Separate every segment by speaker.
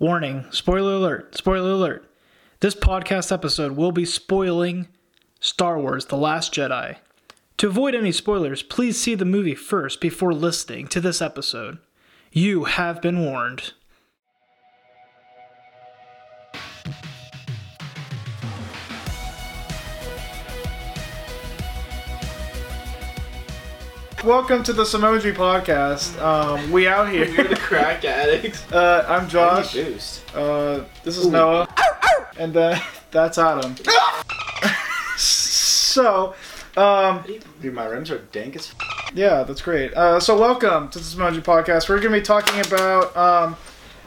Speaker 1: Warning, spoiler alert, spoiler alert. This podcast episode will be spoiling Star Wars The Last Jedi. To avoid any spoilers, please see the movie first before listening to this episode. You have been warned. Welcome to the Samoji Podcast. Um, we out
Speaker 2: You're the crack addict.
Speaker 1: Uh, I'm Josh.
Speaker 2: I need boost.
Speaker 1: Uh, this is Noah. And uh, that's Adam. so, um,
Speaker 2: Dude, my rims are dank as f-
Speaker 1: yeah, that's great. Uh, so, welcome to the Smoji Podcast. We're going to be talking about um,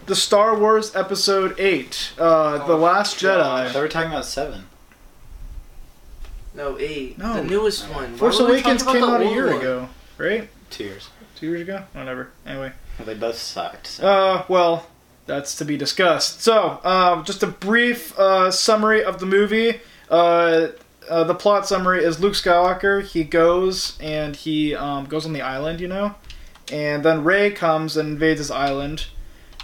Speaker 1: the Star Wars Episode 8, uh, The Last
Speaker 3: Oh,
Speaker 2: I thought
Speaker 1: Jedi.
Speaker 2: we were talking about seven.
Speaker 3: No, eight.
Speaker 1: No.
Speaker 3: The newest one. Why
Speaker 1: Force
Speaker 3: were we
Speaker 1: Awakens
Speaker 3: talking
Speaker 1: came
Speaker 3: about
Speaker 1: out
Speaker 3: the
Speaker 1: a
Speaker 3: old
Speaker 1: year
Speaker 3: one?
Speaker 1: ago, right?
Speaker 2: Two years.
Speaker 1: Two years ago? Whatever. Anyway.
Speaker 2: Well, they both sucked. so-
Speaker 1: Uh, well, that's to be discussed. So, um, just a brief uh, summary of the movie. Uh, uh, the plot summary is Luke Skywalker. He goes and he um, goes on the island, you know, and then Rey comes and invades his island.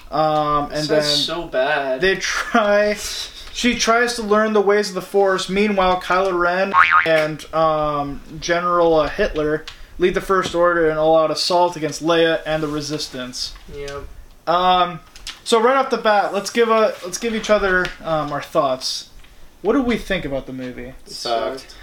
Speaker 1: Um, and
Speaker 3: This
Speaker 1: then
Speaker 3: is so bad.
Speaker 1: they try. She tries to learn the ways of the Force. Meanwhile, Kylo Ren and um, General uh, Hitler lead the First Order in an all-out assault against Leia and the Resistance.
Speaker 3: yeah.
Speaker 1: Um, so right off the bat, let's give a let's give each other um, our thoughts. What did we think about the movie?
Speaker 2: sucked.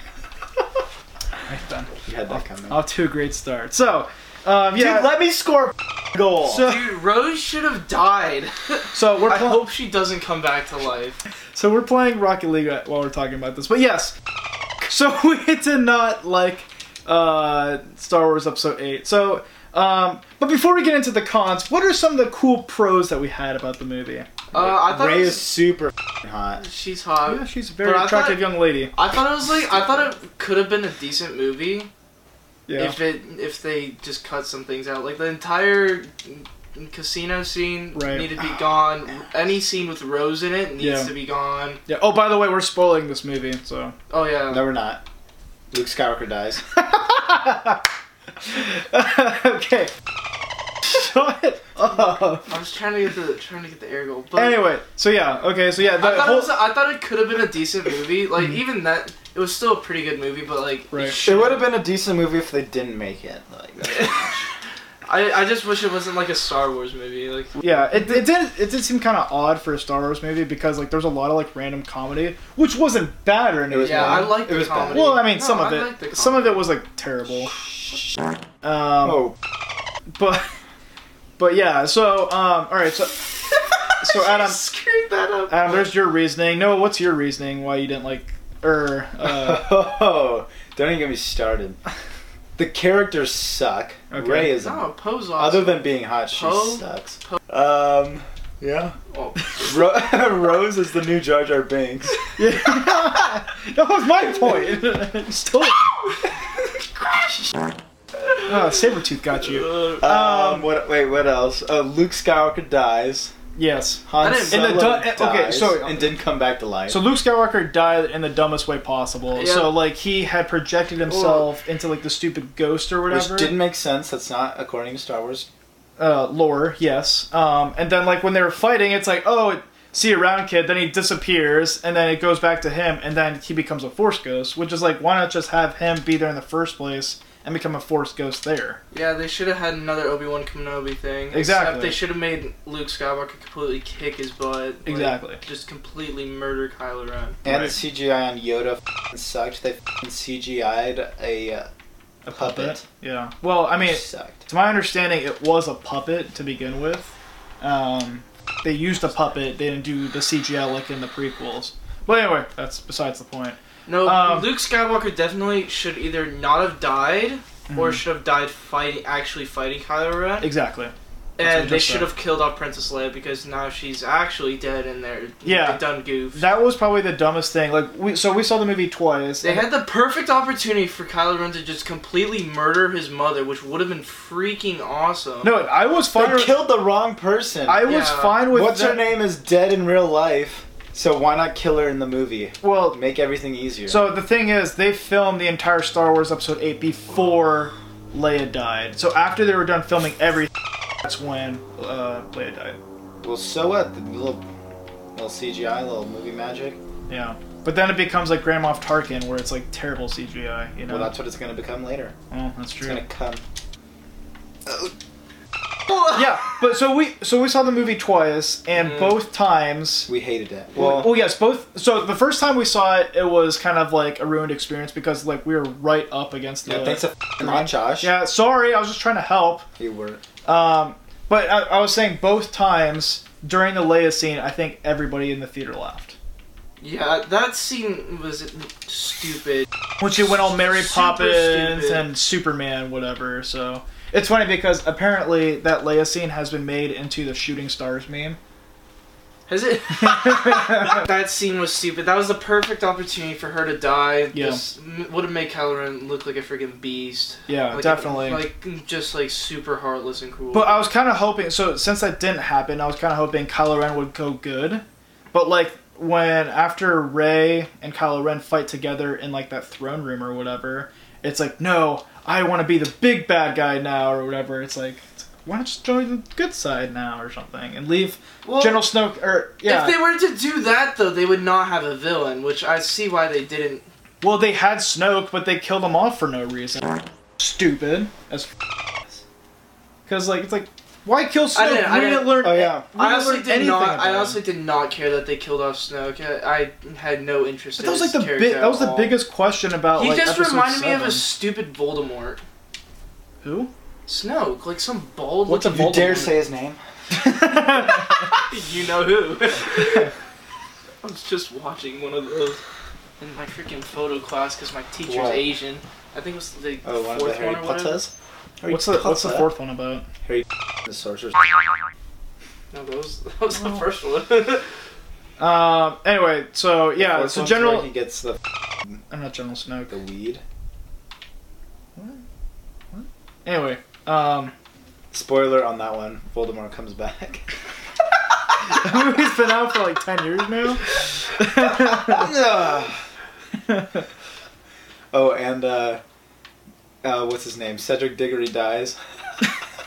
Speaker 1: Right then,
Speaker 2: You had that coming.
Speaker 1: off to a great start. So, um, yeah.
Speaker 2: Dude, let me score a goal.
Speaker 1: so,
Speaker 3: Dude, Rose should have died.
Speaker 1: so we're
Speaker 3: I
Speaker 1: pl-
Speaker 3: hope she doesn't come back to life.
Speaker 1: so we're playing Rocket League while we're talking about this. But yes, so we did not like uh, Star Wars Episode Eight. So, um, but before we get into the cons, what are some of the cool pros that we had about the movie?
Speaker 3: Uh, I thought it
Speaker 2: Ray
Speaker 3: was-
Speaker 2: is super f***ing hot.
Speaker 3: she's hot.
Speaker 1: Yeah, she's a very
Speaker 3: But I
Speaker 1: attractive
Speaker 3: thought-
Speaker 1: young lady.
Speaker 3: I thought it was like I thought it could have been a decent movie
Speaker 1: Yeah.
Speaker 3: if it if they just cut some things out. Like the entire casino scene
Speaker 1: Right.
Speaker 3: needed to be gone. Any scene with Rose in it needs
Speaker 1: Yeah.
Speaker 3: to be gone.
Speaker 1: yeah. Oh, by the way, we're spoiling this movie, so.
Speaker 3: Oh yeah.
Speaker 2: No, we're not. Luke Skywalker dies.
Speaker 1: okay. Shut up.
Speaker 3: I was trying to get the trying to get the air goal. But
Speaker 1: Anyway, so yeah, okay, so yeah,
Speaker 3: I
Speaker 1: the
Speaker 3: thought,
Speaker 1: whole, Mm.
Speaker 3: it was, I thought it could have been a decent movie. Like even that, it was still a pretty good movie. But like,
Speaker 1: Right.
Speaker 2: it would have been a decent movie if they didn't make it. Like,
Speaker 3: I, I just wish it wasn't like a Star Wars movie. Like
Speaker 1: yeah, it, it did it did seem kind of odd for a Star Wars movie because like there's a lot of like random comedy, which wasn't bad or anything.
Speaker 2: was
Speaker 3: yeah, I
Speaker 2: bad.
Speaker 3: like
Speaker 2: It
Speaker 3: the
Speaker 2: was bad.
Speaker 3: comedy.
Speaker 1: well, I mean,
Speaker 3: No,
Speaker 1: some of
Speaker 3: I liked
Speaker 1: it,
Speaker 3: the
Speaker 1: some of it
Speaker 3: comedy.
Speaker 1: was like terrible. Um,
Speaker 2: oh,
Speaker 1: but but yeah, so um, all right, so so Adam,
Speaker 3: You screwed that up.
Speaker 1: Adam, there's your reasoning. No, what's your reasoning why you didn't like or uh,
Speaker 2: don't even get me started. The characters suck.
Speaker 1: Okay.
Speaker 2: Ray is
Speaker 3: no Poe's awesome.
Speaker 2: Other than being hot, she
Speaker 3: Oh, Poe?
Speaker 2: sucks. Um, yeah.
Speaker 3: oh,
Speaker 2: Ro- Rose is the new Jar Jar Binks.
Speaker 1: yeah. that was my point. Still. Oh, Sabretooth got you.
Speaker 3: uh,
Speaker 2: Um,
Speaker 1: Um,
Speaker 2: what? Wait, what else? Uh, Luke Skywalker dies.
Speaker 1: Yes.
Speaker 2: Han
Speaker 3: I didn't-
Speaker 2: Solo
Speaker 1: In the du-
Speaker 2: dies,
Speaker 1: okay, so-
Speaker 2: and didn't come back to life.
Speaker 1: So Luke Skywalker died in the dumbest way possible.
Speaker 3: Yeah.
Speaker 1: So like he had projected himself into like the stupid ghost or
Speaker 2: which
Speaker 1: whatever.
Speaker 2: didn't make sense. That's not according to Star Wars.
Speaker 1: uh, lore, yes. Um, and then like when they were fighting, it's like, oh, it- see you around, kid. Then he disappears, and then it goes back to him, and then he becomes a Force ghost, which is like, why not just have him be there in the first place and become a Force ghost there?
Speaker 3: yeah, they should have had another Obi Wan Kenobi thing.
Speaker 1: Exactly.
Speaker 3: Except they should have made Luke Skywalker completely kick his butt. like,
Speaker 1: Exactly.
Speaker 3: Just completely murder Kylo Ren.
Speaker 2: And
Speaker 1: Right.
Speaker 2: the CGI on Yoda f***ing sucked. They f***ing CGI'd a uh,
Speaker 1: A
Speaker 2: puppet.
Speaker 1: Yeah. Well, I mean,
Speaker 2: sucked.
Speaker 1: to my understanding, it was a puppet to begin with. Um, they used a puppet. They didn't do the CGI like in the prequels. But anyway, that's besides the point.
Speaker 3: No,
Speaker 1: Um,
Speaker 3: Luke Skywalker definitely should either not have died or
Speaker 1: Mhm.
Speaker 3: should have died fighting, actually fighting Kylo Ren.
Speaker 1: Exactly. That's what I
Speaker 3: and they
Speaker 1: just
Speaker 3: should
Speaker 1: said.
Speaker 3: have killed off Princess Leia because now she's actually dead and they're
Speaker 1: Yeah.
Speaker 3: they done goof.
Speaker 1: That was probably the dumbest thing. Like we, so we saw the movie twice.
Speaker 3: They had the perfect opportunity for Kylo Ren to just completely murder his mother, which would have been freaking awesome.
Speaker 1: no, I was fine.
Speaker 2: They
Speaker 1: With,
Speaker 2: killed the wrong person.
Speaker 1: I was
Speaker 3: Yeah.
Speaker 1: fine with.
Speaker 2: What's her
Speaker 1: them-
Speaker 2: name is dead in real life, so why not kill her in the movie?
Speaker 1: Well,
Speaker 2: Make everything easier.
Speaker 1: So the thing is, they filmed the entire Star Wars Episode Eight before Leia died. So after they were done filming everything, that's when uh, Leia died.
Speaker 2: Well, so what? The little, little CGI, little movie magic.
Speaker 1: Yeah. But then it becomes like Grand Moff Tarkin, where it's like terrible CGI. You know.
Speaker 2: Well, that's what it's gonna become later.
Speaker 1: oh, that's
Speaker 2: It's
Speaker 1: true.
Speaker 2: gonna come.
Speaker 1: Yeah, but so we so we saw the movie twice, and
Speaker 3: Mhm.
Speaker 1: both times.
Speaker 2: We hated it.
Speaker 1: Well,
Speaker 2: Mm. Well,
Speaker 1: yes, both. So the first time we saw it, it was kind of like a ruined experience because like we were right up against the.
Speaker 2: yeah, thanks a f- lot, Josh.
Speaker 1: Yeah, sorry, I was just trying to help.
Speaker 2: You were.
Speaker 1: Um, but I, I was saying both times during the Leia scene, I think everybody in the theater laughed.
Speaker 3: Yeah, that scene was stupid.
Speaker 1: When she went all Mary
Speaker 3: Super
Speaker 1: Poppins
Speaker 3: stupid.
Speaker 1: and Superman, whatever. So it's funny because apparently that Leia scene has been made into the shooting stars meme.
Speaker 3: Has it? that scene was stupid. That was the perfect opportunity for her to die.
Speaker 1: Yeah.
Speaker 3: would have made Kylo Ren look like a freaking beast.
Speaker 1: Yeah,
Speaker 3: Like,
Speaker 1: definitely.
Speaker 3: Like just like super heartless and cruel.
Speaker 1: But uh, I was kind of hoping. So since that didn't happen, I was kind of hoping Kylo Ren would go good. But like when after Rey and Kylo Ren fight together in like that throne room or whatever, it's like no, I want to be the big bad guy now or whatever. It's like it's like, why not just join the good side now or something and leave
Speaker 3: Well,
Speaker 1: General Snoke or yeah.
Speaker 3: If they were to do that though, they would not have a villain, which I see why they didn't.
Speaker 1: well, they had Snoke, but they killed him off for no reason. Stupid as because like it's like why kill Snoke?
Speaker 3: I didn't- I
Speaker 1: we didn't
Speaker 3: didn't-
Speaker 1: learn.
Speaker 2: Oh, yeah.
Speaker 1: we
Speaker 3: I
Speaker 1: didn't
Speaker 3: honestly
Speaker 1: learn
Speaker 3: did
Speaker 1: anything
Speaker 3: not.
Speaker 1: about
Speaker 3: I
Speaker 1: him.
Speaker 3: honestly did not care that they killed off Snoke. I, I had no interest.
Speaker 1: But
Speaker 3: in
Speaker 1: that was like
Speaker 3: his
Speaker 1: the
Speaker 3: character
Speaker 1: big.
Speaker 3: at
Speaker 1: That was the
Speaker 3: all.
Speaker 1: biggest question about.
Speaker 3: He
Speaker 1: like,
Speaker 3: just
Speaker 1: episode
Speaker 3: reminded me
Speaker 1: seven.
Speaker 3: of a stupid Voldemort.
Speaker 1: who?
Speaker 3: Snoke, like some bald.
Speaker 1: What's a
Speaker 3: looking-
Speaker 1: You dare
Speaker 2: his name?
Speaker 3: You know who? I was just watching one of those in my freaking photo class because my teacher's
Speaker 2: What?
Speaker 3: Asian. I think it was the
Speaker 2: Oh, one
Speaker 3: fourth
Speaker 2: of the Harry
Speaker 3: one or whatever.
Speaker 2: Potters. Harry
Speaker 1: What's the What's the
Speaker 2: Potter?
Speaker 1: fourth one about?
Speaker 2: Harry the sorcerer's.
Speaker 3: No, that was that was the first one.
Speaker 1: Um. Anyway, so yeah.
Speaker 2: Fourth
Speaker 1: So
Speaker 2: one's
Speaker 1: General.
Speaker 2: where he gets the
Speaker 1: I'm not General Snoke.
Speaker 2: the weed.
Speaker 1: Anyway. Um.
Speaker 2: Spoiler on that one. Voldemort comes back.
Speaker 1: That movie's been out for like ten years now.
Speaker 2: oh, and uh, uh, what's his name? Cedric Diggory dies.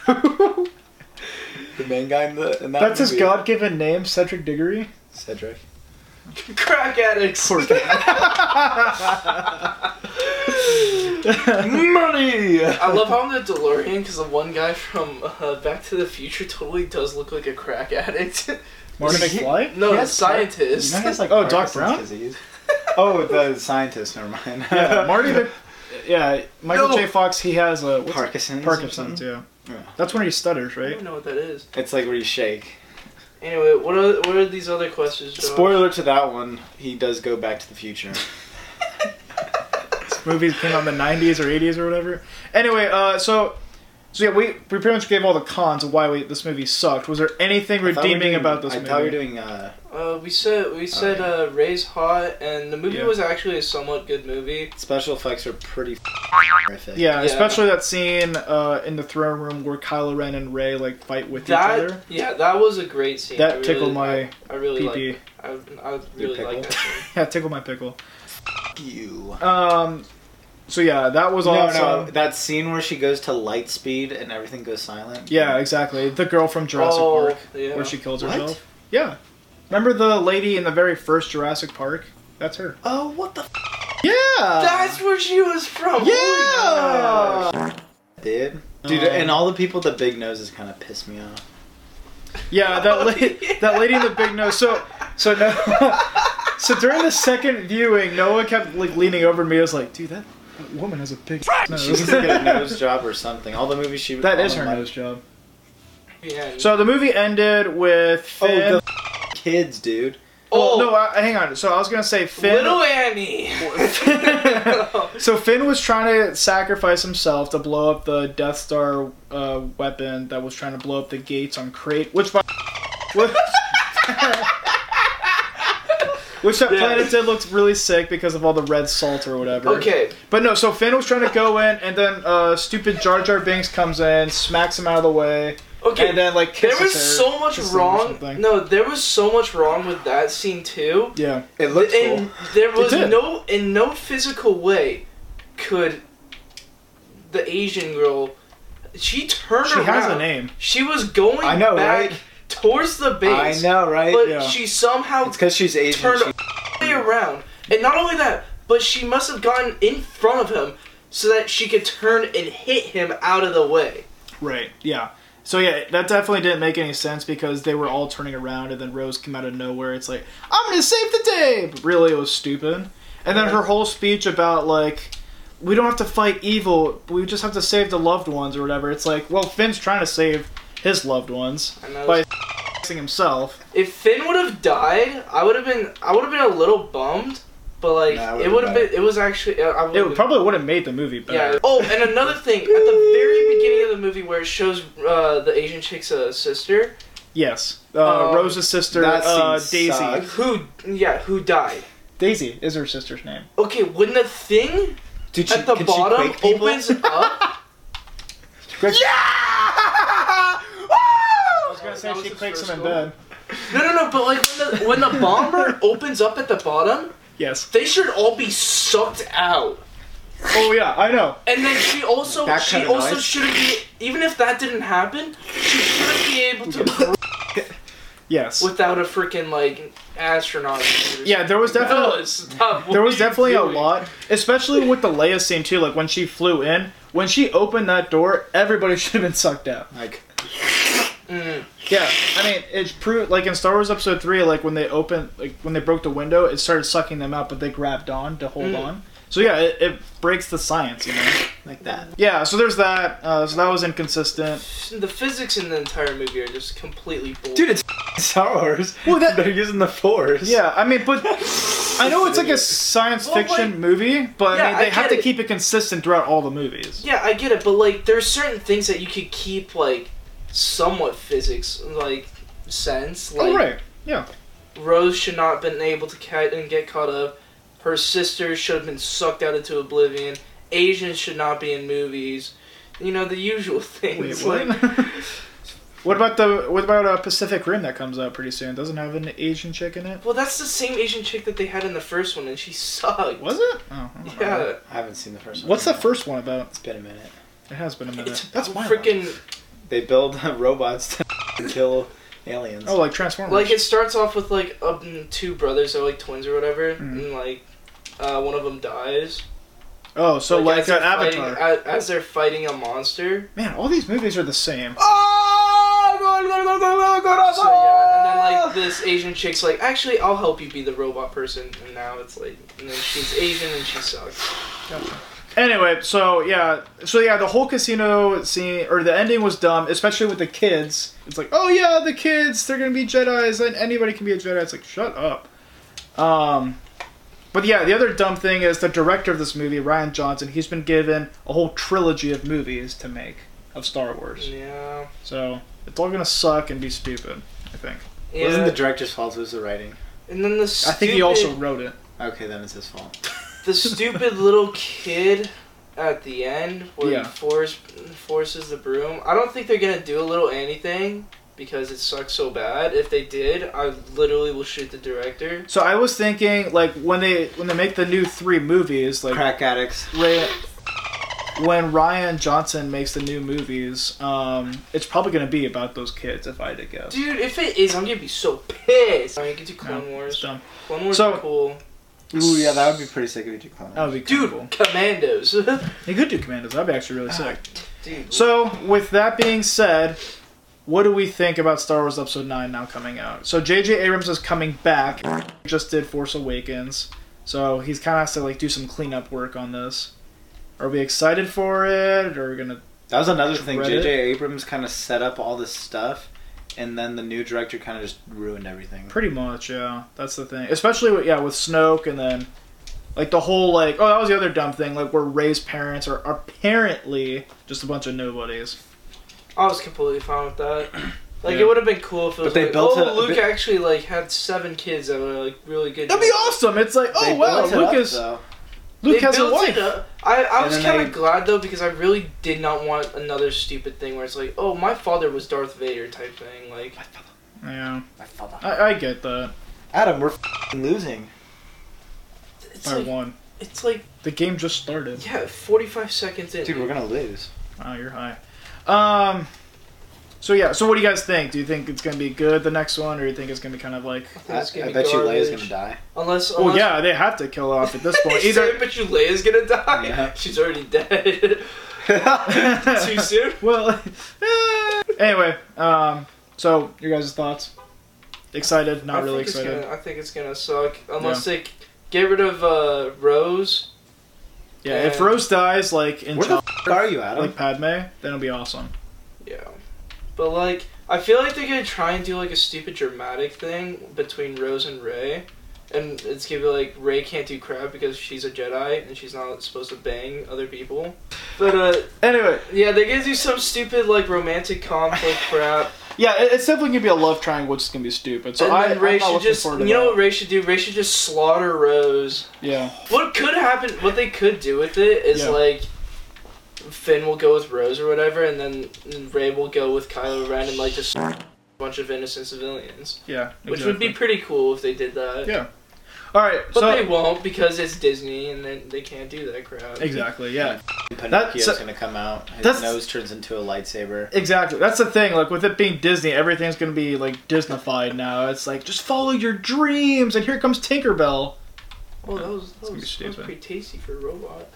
Speaker 2: the main guy in the in that
Speaker 1: That's his
Speaker 2: movie.
Speaker 1: God-given name, Cedric Diggory.
Speaker 2: Cedric.
Speaker 3: Crack addicts.
Speaker 1: Poor guy.
Speaker 2: Money.
Speaker 3: I love how I'm the DeLorean because the one guy from uh, Back to the Future totally does look like a crack addict.
Speaker 1: Marty
Speaker 2: Is he-
Speaker 1: McFly.
Speaker 3: no,
Speaker 2: Yes,
Speaker 3: a scientist.
Speaker 2: You know he has, like,
Speaker 1: Oh, Doc
Speaker 2: Parkinson's
Speaker 1: Brown?
Speaker 2: disease. Oh, the scientist. Never mind.
Speaker 1: Yeah, Marty. Mc- yeah, Michael
Speaker 3: No.
Speaker 1: J. Fox. He has a what's-
Speaker 2: Parkinson's. or
Speaker 1: Parkinson's.
Speaker 2: something?
Speaker 1: Yeah.
Speaker 2: Yeah.
Speaker 1: That's when he stutters,
Speaker 3: I don't
Speaker 1: right?
Speaker 3: even know what that is.
Speaker 2: It's like where you shake.
Speaker 3: Anyway, what are what are these other questions? Josh?
Speaker 2: Spoiler to that one. He does go back to the future.
Speaker 1: movies came out in the 90s or 80s or whatever. Anyway, uh, so so yeah, we, we pretty much gave all the cons of why we, this movie sucked. Was there anything
Speaker 2: I thought we were
Speaker 1: redeeming
Speaker 2: doing-
Speaker 1: about this
Speaker 2: I
Speaker 1: movie?
Speaker 2: thought we were doing. Uh,
Speaker 3: Uh, we said we said uh, Ray's hot, and the movie
Speaker 1: Oh, Yeah.
Speaker 3: was actually a somewhat good movie.
Speaker 2: special effects are pretty horrific.
Speaker 1: yeah,
Speaker 3: Yeah.
Speaker 1: especially that scene uh, in the throne room where Kylo Ren and Rey like fight with
Speaker 3: that
Speaker 1: each other.
Speaker 3: yeah, that was a great scene. I
Speaker 1: That
Speaker 3: really-
Speaker 1: tickled my
Speaker 3: I really
Speaker 1: PP.
Speaker 3: like. I, I really
Speaker 2: pickle?
Speaker 3: like that. Scene.
Speaker 1: Yeah, tickled my pickle.
Speaker 2: You.
Speaker 1: Um, so yeah, that was
Speaker 2: No,
Speaker 1: awesome.
Speaker 2: no, that scene where she goes to light speed and everything goes silent.
Speaker 1: Yeah, exactly. The girl from Jurassic
Speaker 3: Oh,
Speaker 1: Park
Speaker 3: yeah.
Speaker 1: where she kills
Speaker 2: What?
Speaker 1: herself. Yeah, remember the lady in the very first Jurassic Park? That's her.
Speaker 2: Oh, what the f-
Speaker 1: Yeah.
Speaker 3: That's where she was from. Oh,
Speaker 1: yeah.
Speaker 2: dude? Dude,
Speaker 1: Um,
Speaker 2: and all the people with the big noses kind of piss me off.
Speaker 1: Yeah, that lady, that lady in the big nose. So, so no, so during the second viewing, Noah kept like leaning over me. I was like, dude, that, that woman has a big
Speaker 2: She
Speaker 1: nose.
Speaker 2: needs to get a
Speaker 1: that
Speaker 2: nose job or something. All the movies she
Speaker 1: is
Speaker 2: all
Speaker 1: her
Speaker 2: the-
Speaker 1: nose job.
Speaker 3: Yeah.
Speaker 1: So the movie ended with
Speaker 2: Oh,
Speaker 1: Finn.
Speaker 2: the f- kids, dude.
Speaker 1: Well,
Speaker 3: oh,
Speaker 1: no, I, hang on. So I was gonna say Finn.
Speaker 3: little Annie.
Speaker 1: so Finn was trying to sacrifice himself to blow up the Death Star uh, weapon that was trying to blow up the gates on Crate, which by which, which that
Speaker 3: Yeah.
Speaker 1: planet did look really sick because of all the red salt or whatever.
Speaker 3: okay.
Speaker 1: But no, so Finn was trying to go in, and then uh, stupid Jar Jar Binks comes in, smacks him out of the way,
Speaker 3: Okay.
Speaker 1: and then like
Speaker 3: there
Speaker 1: kisses
Speaker 3: was
Speaker 1: her,
Speaker 3: so much
Speaker 1: kisses him or
Speaker 3: wrong.
Speaker 1: something.
Speaker 3: No, there was so much wrong with that scene too.
Speaker 1: Yeah,
Speaker 2: It looks
Speaker 3: and
Speaker 2: cool.
Speaker 3: there was
Speaker 1: did.
Speaker 3: no in no physical way could the Asian girl she turned
Speaker 1: she
Speaker 3: around.
Speaker 1: has a name.
Speaker 3: She was going
Speaker 2: I know,
Speaker 3: back
Speaker 2: right?
Speaker 3: towards the base.
Speaker 2: I know, right?
Speaker 3: But
Speaker 1: yeah.
Speaker 3: she somehow
Speaker 2: It's because she's Asian.
Speaker 3: turned
Speaker 2: she-
Speaker 3: way around. And not only that, but she must have gotten in front of him so that she could turn and hit him out of the way.
Speaker 1: Right. Yeah. So yeah, that definitely didn't make any sense because they were all turning around, and then Rose came out of nowhere. It's like I'm gonna save the day. But really, it was stupid. And then her whole speech about like we don't have to fight evil, we just have to save the loved ones or whatever. It's like well, Finn's trying to save his loved ones
Speaker 3: I know.
Speaker 1: by himself.
Speaker 3: If Finn would have died, I would have been I would have been a little bummed, but like
Speaker 2: Nah, I
Speaker 3: it
Speaker 2: would've
Speaker 3: would have
Speaker 2: died.
Speaker 3: been it was actually
Speaker 1: It
Speaker 3: I would've
Speaker 1: would-
Speaker 3: been-
Speaker 1: probably would have made the movie better.
Speaker 3: Yeah. Oh, and another thing, at the very beginning of the movie where it shows uh, the Asian chick's uh, sister,
Speaker 1: Yes. Uh,
Speaker 3: Um,
Speaker 1: Rose's sister,
Speaker 2: that scene
Speaker 1: uh, Daisy.
Speaker 2: sucked.
Speaker 3: who yeah, who died.
Speaker 1: Daisy is her sister's name.
Speaker 3: Okay, when the thing
Speaker 2: Dude, she-
Speaker 3: at the
Speaker 2: can she
Speaker 3: bottom
Speaker 2: quake people?
Speaker 3: opens up,
Speaker 1: I was gonna say
Speaker 3: That was
Speaker 1: she
Speaker 3: his
Speaker 1: quakes
Speaker 3: first
Speaker 1: him in
Speaker 3: goal.
Speaker 1: bed.
Speaker 3: no, no, no, but like when the when the bomber opens up at the bottom,
Speaker 1: Yes.
Speaker 3: they should all be sucked out.
Speaker 1: Oh yeah, I know.
Speaker 3: And then she also
Speaker 2: That
Speaker 3: she
Speaker 2: kinda
Speaker 3: also
Speaker 2: noise.
Speaker 3: shouldn't be even if that didn't happen, she shouldn't be able to breathe
Speaker 1: Yes.
Speaker 3: without a freaking like astronaut. suit or
Speaker 1: Yeah, there was
Speaker 3: something.
Speaker 1: definitely
Speaker 3: Fellas, stop. What
Speaker 1: there
Speaker 3: are
Speaker 1: was
Speaker 3: you
Speaker 1: definitely a
Speaker 3: doing?
Speaker 1: lot, especially with the Leia scene too. Like when she flew in, when she opened that door, everybody should have been sucked out.
Speaker 2: Like,
Speaker 3: Mm.
Speaker 1: Yeah, I mean it's proved like in Star Wars Episode Three, like when they opened, like when they broke the window, it started sucking them out, but they grabbed on to hold
Speaker 3: Mm.
Speaker 1: on. So yeah, it, it breaks the science, you know.
Speaker 2: like that.
Speaker 1: Yeah, so there's that. Uh, so that was inconsistent.
Speaker 3: The physics in the entire movie are just completely bull.
Speaker 2: Dude, it's Star Wars.
Speaker 1: Well, that-
Speaker 2: They're using the Force.
Speaker 1: Yeah, I mean, but I know it's like a science
Speaker 3: Well, like-
Speaker 1: fiction movie, but
Speaker 3: Yeah,
Speaker 1: I mean they
Speaker 3: I
Speaker 1: have
Speaker 3: get
Speaker 1: to
Speaker 3: it.
Speaker 1: keep it consistent throughout all the movies.
Speaker 3: Yeah, I get it, but like there's certain things that you could keep like somewhat physics like sense. Like
Speaker 1: oh, right. Yeah.
Speaker 3: Rose should not have been able to cat and get caught up. Her sister should have been sucked out into oblivion. Asians should not be in movies. You know the usual
Speaker 1: Wait,
Speaker 3: things.
Speaker 1: what?
Speaker 3: like
Speaker 1: what about the what about uh, Pacific Rim that comes out pretty soon? Doesn't have an Asian chick in it.
Speaker 3: well, that's the same Asian chick that they had in the first one, and she sucked.
Speaker 1: Was it? Oh, I don't know.
Speaker 3: Yeah,
Speaker 2: I haven't seen the first one.
Speaker 1: What's the first one about?
Speaker 2: It's been a minute.
Speaker 1: It has been a minute.
Speaker 3: it's
Speaker 1: That's my one.
Speaker 3: freaking
Speaker 2: They build robots to kill aliens.
Speaker 1: Oh, like Transformers.
Speaker 3: Like it starts off with like um, two brothers, they're like twins or whatever,
Speaker 1: Mhm.
Speaker 3: and like uh, one of them dies.
Speaker 1: oh, so like,
Speaker 3: as they're
Speaker 1: uh, Avatar.
Speaker 3: fighting, as, as they're fighting a monster.
Speaker 1: Man, all these movies are the same. Oh,
Speaker 3: So yeah, and then
Speaker 1: Ah!
Speaker 3: like this Asian chick's like, actually, I'll help you be the robot person, and now it's like, and then she's Asian and she sucks.
Speaker 1: Anyway, so yeah, so yeah, the whole casino scene or the ending was dumb, especially with the kids. It's like, oh yeah, the kids, they're gonna be Jedi's, and anybody can be a Jedi. It's like, shut up. Um, but yeah, the other dumb thing is the director of this movie, Ryan Johnson. He's been given a whole trilogy of movies to make of Star Wars,
Speaker 3: Yeah.
Speaker 1: so it's all gonna suck and be stupid. I think.
Speaker 2: It wasn't
Speaker 3: Yeah.
Speaker 2: the director's fault, it was the writing.
Speaker 3: and then the
Speaker 1: I
Speaker 3: stupid,
Speaker 1: think he also wrote it.
Speaker 2: Okay, then it's his fault.
Speaker 3: the stupid little kid at the end where
Speaker 1: Yeah.
Speaker 3: he force, forces the broom. I don't think they're gonna do a little anything because it sucks so bad. If they did, I literally will shoot the director.
Speaker 1: So I was thinking, like when they when they make the new three movies, like
Speaker 2: Crack addicts.
Speaker 1: Ray, when Ryan Johnson makes the new movies, um, it's probably going to be about those kids, if I had to guess.
Speaker 3: Dude, if it is, I'm gonna be so pissed. I mean, you can do
Speaker 1: No,
Speaker 3: Clone
Speaker 1: it's
Speaker 3: Wars.
Speaker 1: dumb.
Speaker 3: Clone Wars
Speaker 1: So-
Speaker 3: are cool.
Speaker 2: Ooh, yeah, that would be pretty sick if you did Clone
Speaker 1: That would be
Speaker 3: Dude,
Speaker 1: cool.
Speaker 3: Commandos.
Speaker 1: They could do Commandos. That'd be actually really sick.
Speaker 3: Dude.
Speaker 1: So, with that being said, what do we think about Star Wars Episode 9 now coming out? So, J.J. Abrams is coming back. He just did Force Awakens. So, he's kind of has to, like, do some cleanup work on this. Are we excited for it? Or are we going to...
Speaker 2: That was another thing.
Speaker 1: Reddit.
Speaker 2: J.J. Abrams kind of set up all this stuff, and then the new director kind of just ruined everything.
Speaker 1: Pretty much, yeah. That's the thing. Especially with yeah, with Snoke and then like the whole like oh that was the other dumb thing, like where Ray's parents are apparently just a bunch of nobodies.
Speaker 3: I was completely fine with that. Like
Speaker 1: Yeah.
Speaker 3: it would have been cool if it was
Speaker 2: they
Speaker 3: like,
Speaker 2: built
Speaker 3: oh,
Speaker 2: it-
Speaker 3: Luke
Speaker 2: they-
Speaker 3: actually like had seven kids that were like really good.
Speaker 1: That'd be awesome. It's like, oh
Speaker 2: They
Speaker 1: wow,
Speaker 2: built it up,
Speaker 1: Lucas
Speaker 2: though.
Speaker 1: Luke
Speaker 3: They
Speaker 1: has a
Speaker 3: built
Speaker 1: wife.
Speaker 3: it up. I, I
Speaker 2: And
Speaker 3: was
Speaker 2: then
Speaker 3: kind
Speaker 2: they-
Speaker 3: of glad though because I really did not want another stupid thing where it's like, oh, my father was Darth Vader type thing. Like,
Speaker 1: Yeah.
Speaker 2: I fell off.
Speaker 1: I, I get that.
Speaker 2: Adam, we're f***ing losing.
Speaker 3: it's
Speaker 1: By
Speaker 3: like,
Speaker 1: one.
Speaker 3: it's like
Speaker 1: The game just started.
Speaker 3: yeah, forty five seconds in.
Speaker 2: Dude, we're gonna lose.
Speaker 1: Wow, you're high. Um So yeah. So what do you guys think? Do you think it's gonna be good the next one, or do you think it's gonna be kind of like?
Speaker 3: I, think
Speaker 2: I,
Speaker 3: it's gonna
Speaker 2: I
Speaker 3: be
Speaker 2: bet you Leia's
Speaker 3: garbage.
Speaker 2: gonna die.
Speaker 3: Unless, unless
Speaker 1: Well, yeah, they have to kill her off at this point.
Speaker 3: Either,
Speaker 1: Either.
Speaker 3: but you Leia's gonna die.
Speaker 2: Yeah.
Speaker 3: She's already dead. Too soon.
Speaker 1: well, eh. anyway, um, so your guys' thoughts? Excited? Not
Speaker 3: I
Speaker 1: really
Speaker 3: think it's
Speaker 1: excited.
Speaker 3: Gonna, I think it's gonna suck unless they get rid of uh, Rose.
Speaker 1: Yeah, if
Speaker 3: Yeah.
Speaker 1: Rose dies like in
Speaker 2: Where the
Speaker 1: Chopper,
Speaker 2: f- are you, Adam?
Speaker 1: like Padme, then it'll be awesome.
Speaker 3: Yeah, but like I feel like they're gonna try and do like a stupid dramatic thing between Rose and Ray, and it's gonna be like Ray can't do crap because she's a Jedi and she's not supposed to bang other people. But uh,
Speaker 1: Anyway,
Speaker 3: yeah, they're gonna do some stupid like romantic conflict crap.
Speaker 1: yeah, it- it's definitely gonna be a love triangle, which is gonna be stupid. So
Speaker 3: and
Speaker 1: I,
Speaker 3: then Ray
Speaker 1: I'm not
Speaker 3: should
Speaker 1: looking
Speaker 3: just
Speaker 1: forward
Speaker 3: you
Speaker 1: to
Speaker 3: know
Speaker 1: that.
Speaker 3: what Ray should do? Ray should just slaughter Rose.
Speaker 1: yeah,
Speaker 3: What could happen? What they could do with it is
Speaker 1: Yeah.
Speaker 3: like Finn will go with Rose or whatever, and then Ray will go with Kylo Ren and like just a bunch of innocent civilians,
Speaker 1: yeah,
Speaker 3: which would be
Speaker 1: exactly.
Speaker 3: pretty cool if they did that.
Speaker 1: Yeah. all right.
Speaker 3: But
Speaker 1: so
Speaker 3: they won't because it's Disney and they, they can't do that crap.
Speaker 1: exactly, yeah.
Speaker 2: Pinocchio's
Speaker 1: that's-
Speaker 2: gonna come out. His
Speaker 1: that's-
Speaker 2: nose turns into a lightsaber.
Speaker 1: Exactly. That's the thing. Like with it being Disney, everything's gonna be like Disneyfied now. It's like just follow your dreams, and here comes Tinkerbell.
Speaker 3: Oh, that was, that
Speaker 1: gonna be
Speaker 3: was, that was
Speaker 1: stupid.
Speaker 3: pretty tasty for a robot.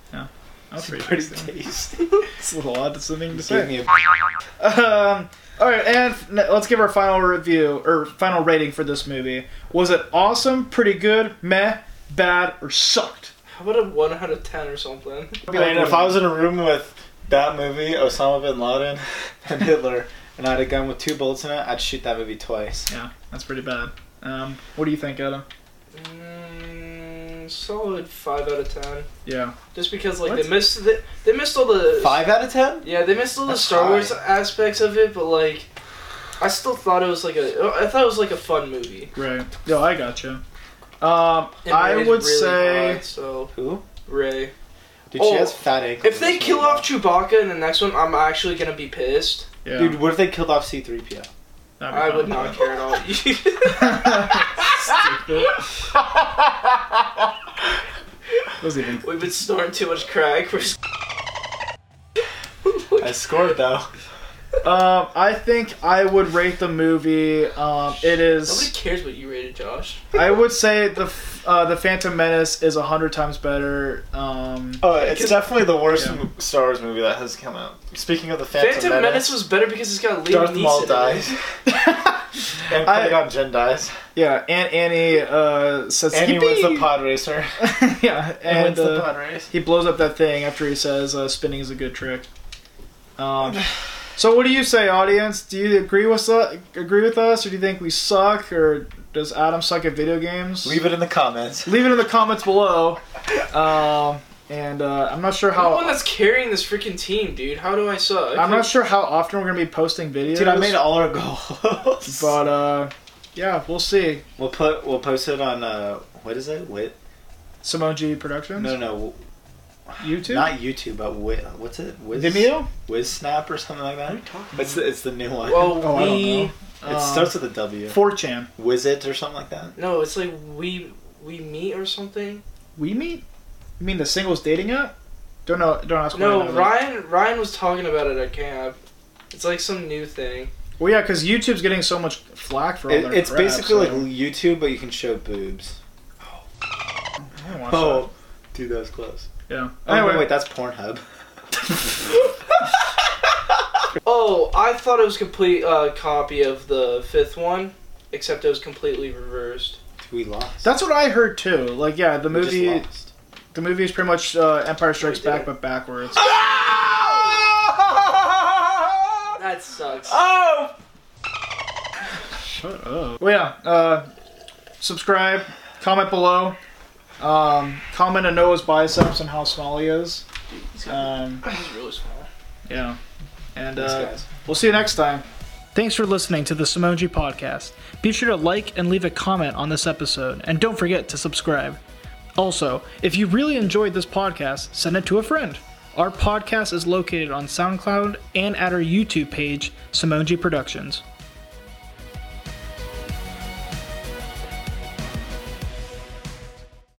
Speaker 1: That's pretty,
Speaker 2: Pretty
Speaker 1: interesting.
Speaker 2: tasty.
Speaker 1: It's a little odd. That's something to
Speaker 2: Give
Speaker 1: say.
Speaker 2: me a
Speaker 1: Um, all right, and f- n- let's give our final review or final rating for this movie. Was it awesome? Pretty good? Meh? Bad? Or sucked?
Speaker 3: How about a one out of ten or something?
Speaker 2: I mean, if I was in a room with that movie, Osama bin Laden, and Hitler, and I had a gun with two bullets in it, I'd shoot that movie twice.
Speaker 1: yeah, that's pretty bad. Um, what do you think, Adam?
Speaker 3: Mm, solid five out of ten.
Speaker 1: Yeah,
Speaker 3: Just because like
Speaker 1: What?
Speaker 3: they missed the, they missed all the
Speaker 2: Five out of ten?
Speaker 3: Yeah, they missed all the
Speaker 2: That's
Speaker 3: Star
Speaker 2: high.
Speaker 3: Wars aspects of it, but like, I still thought it was like a. I thought it was like a fun movie.
Speaker 1: right. Yo, I gotcha. Um,
Speaker 3: And
Speaker 1: I
Speaker 3: Rey's
Speaker 1: would
Speaker 3: really
Speaker 1: say
Speaker 3: hot, so.
Speaker 2: Who?
Speaker 3: Ray.
Speaker 2: Dude,
Speaker 3: Oh,
Speaker 2: she has fat ankles.
Speaker 3: If
Speaker 2: in
Speaker 3: they
Speaker 2: this
Speaker 3: kill
Speaker 2: movie.
Speaker 3: off Chewbacca in the next one, I'm actually gonna be pissed.
Speaker 1: yeah,
Speaker 2: Dude, what if they killed off C3PO?
Speaker 1: that'd be
Speaker 3: I would
Speaker 1: fun.
Speaker 3: not care at all.
Speaker 1: Stupid. was even
Speaker 3: We've been snorting too much crack. We're just-
Speaker 2: I scored though.
Speaker 1: Um, I think I would rate the movie. Um, it
Speaker 3: Nobody
Speaker 1: is.
Speaker 3: cares what you rated, Josh.
Speaker 1: I would say the f- uh, the Phantom Menace is a hundred times better. Um,
Speaker 2: Oh, it's definitely the worst
Speaker 1: Yeah.
Speaker 2: mo- Star Wars movie that has come out. Speaking of the Phantom,
Speaker 3: Phantom, Menace. was better because it's got Liam
Speaker 2: Darth
Speaker 3: Neeson.
Speaker 2: Maul
Speaker 3: in it.
Speaker 2: dies, and
Speaker 1: I-
Speaker 2: Qui-Gon Jinn dies,
Speaker 1: yeah, Aunt Annie uh, says
Speaker 2: and he wins the
Speaker 1: "Yippee!"
Speaker 2: pod racer.
Speaker 1: yeah,
Speaker 2: He
Speaker 1: and
Speaker 2: wins the
Speaker 1: uh,
Speaker 2: pod race.
Speaker 1: he blows up that thing after he says uh, spinning is a good trick. Um, so what do you say, audience? Do you agree with us? Agree with us, or do you think we suck? Or does Adam suck at video games?
Speaker 2: Leave it in the comments.
Speaker 1: leave it in the comments below. Um, and uh, I'm not sure
Speaker 3: I'm the one
Speaker 1: how
Speaker 3: that's carrying this freaking team, dude. How do I suck?
Speaker 1: I'm not sure how often we're gonna be posting videos.
Speaker 2: Dude, I made all our goals.
Speaker 1: But uh, yeah, we'll see.
Speaker 2: We'll put we'll post it on uh what is it? Wit?
Speaker 1: Simone G Productions,
Speaker 2: No, no,
Speaker 1: YouTube,
Speaker 2: not YouTube, but Wit. What's it? Wiz,
Speaker 1: Vimeo.
Speaker 2: Wiz Snap or something like that.
Speaker 3: talking
Speaker 2: It's the, it's the new one.
Speaker 3: Well,
Speaker 1: Oh, I don't
Speaker 3: we.
Speaker 1: know.
Speaker 2: it starts with a W.
Speaker 1: 4chan.
Speaker 2: Wiz it or something like that.
Speaker 3: No, it's like we we meet or something.
Speaker 1: We meet. You mean the singles dating app? Don't know. Don't ask. me
Speaker 3: No,
Speaker 1: about that.
Speaker 3: Ryan Ryan was talking about it at camp. It's like some new thing.
Speaker 1: Well, yeah, because YouTube's getting so much flack for all
Speaker 2: It-
Speaker 1: their
Speaker 2: it's
Speaker 1: crap,
Speaker 2: basically
Speaker 1: so-
Speaker 2: like YouTube, but you can show boobs.
Speaker 1: I don't watch
Speaker 2: Oh, dude, that was close.
Speaker 1: that. yeah.
Speaker 2: Oh,
Speaker 1: Anyway,
Speaker 2: no, wait, that's Pornhub.
Speaker 3: Oh, I thought it was complete uh, copy of the fifth one, except it was completely reversed.
Speaker 2: We lost.
Speaker 1: that's what I heard too. Like, yeah, the
Speaker 2: We just
Speaker 1: movie,
Speaker 2: lost.
Speaker 1: the movie is pretty much uh, Empire Strikes
Speaker 3: We did
Speaker 1: Back,
Speaker 3: it.
Speaker 1: but backwards.
Speaker 3: That sucks.
Speaker 2: Oh!
Speaker 1: Shut up. Well, yeah. Uh, subscribe. Comment below. Um, comment on Noah's biceps and how small he is.
Speaker 3: He's got-
Speaker 1: Um,
Speaker 3: he's really small.
Speaker 1: yeah. And
Speaker 2: Thanks,
Speaker 1: uh,
Speaker 2: guys.
Speaker 1: we'll see you next time. Thanks for listening to the Simonji podcast. Be sure to like and leave a comment on this episode, and don't forget to subscribe. Also, if you really enjoyed this podcast, send it to a friend. Our podcast is located on SoundCloud and at our YouTube page, Simonji Productions.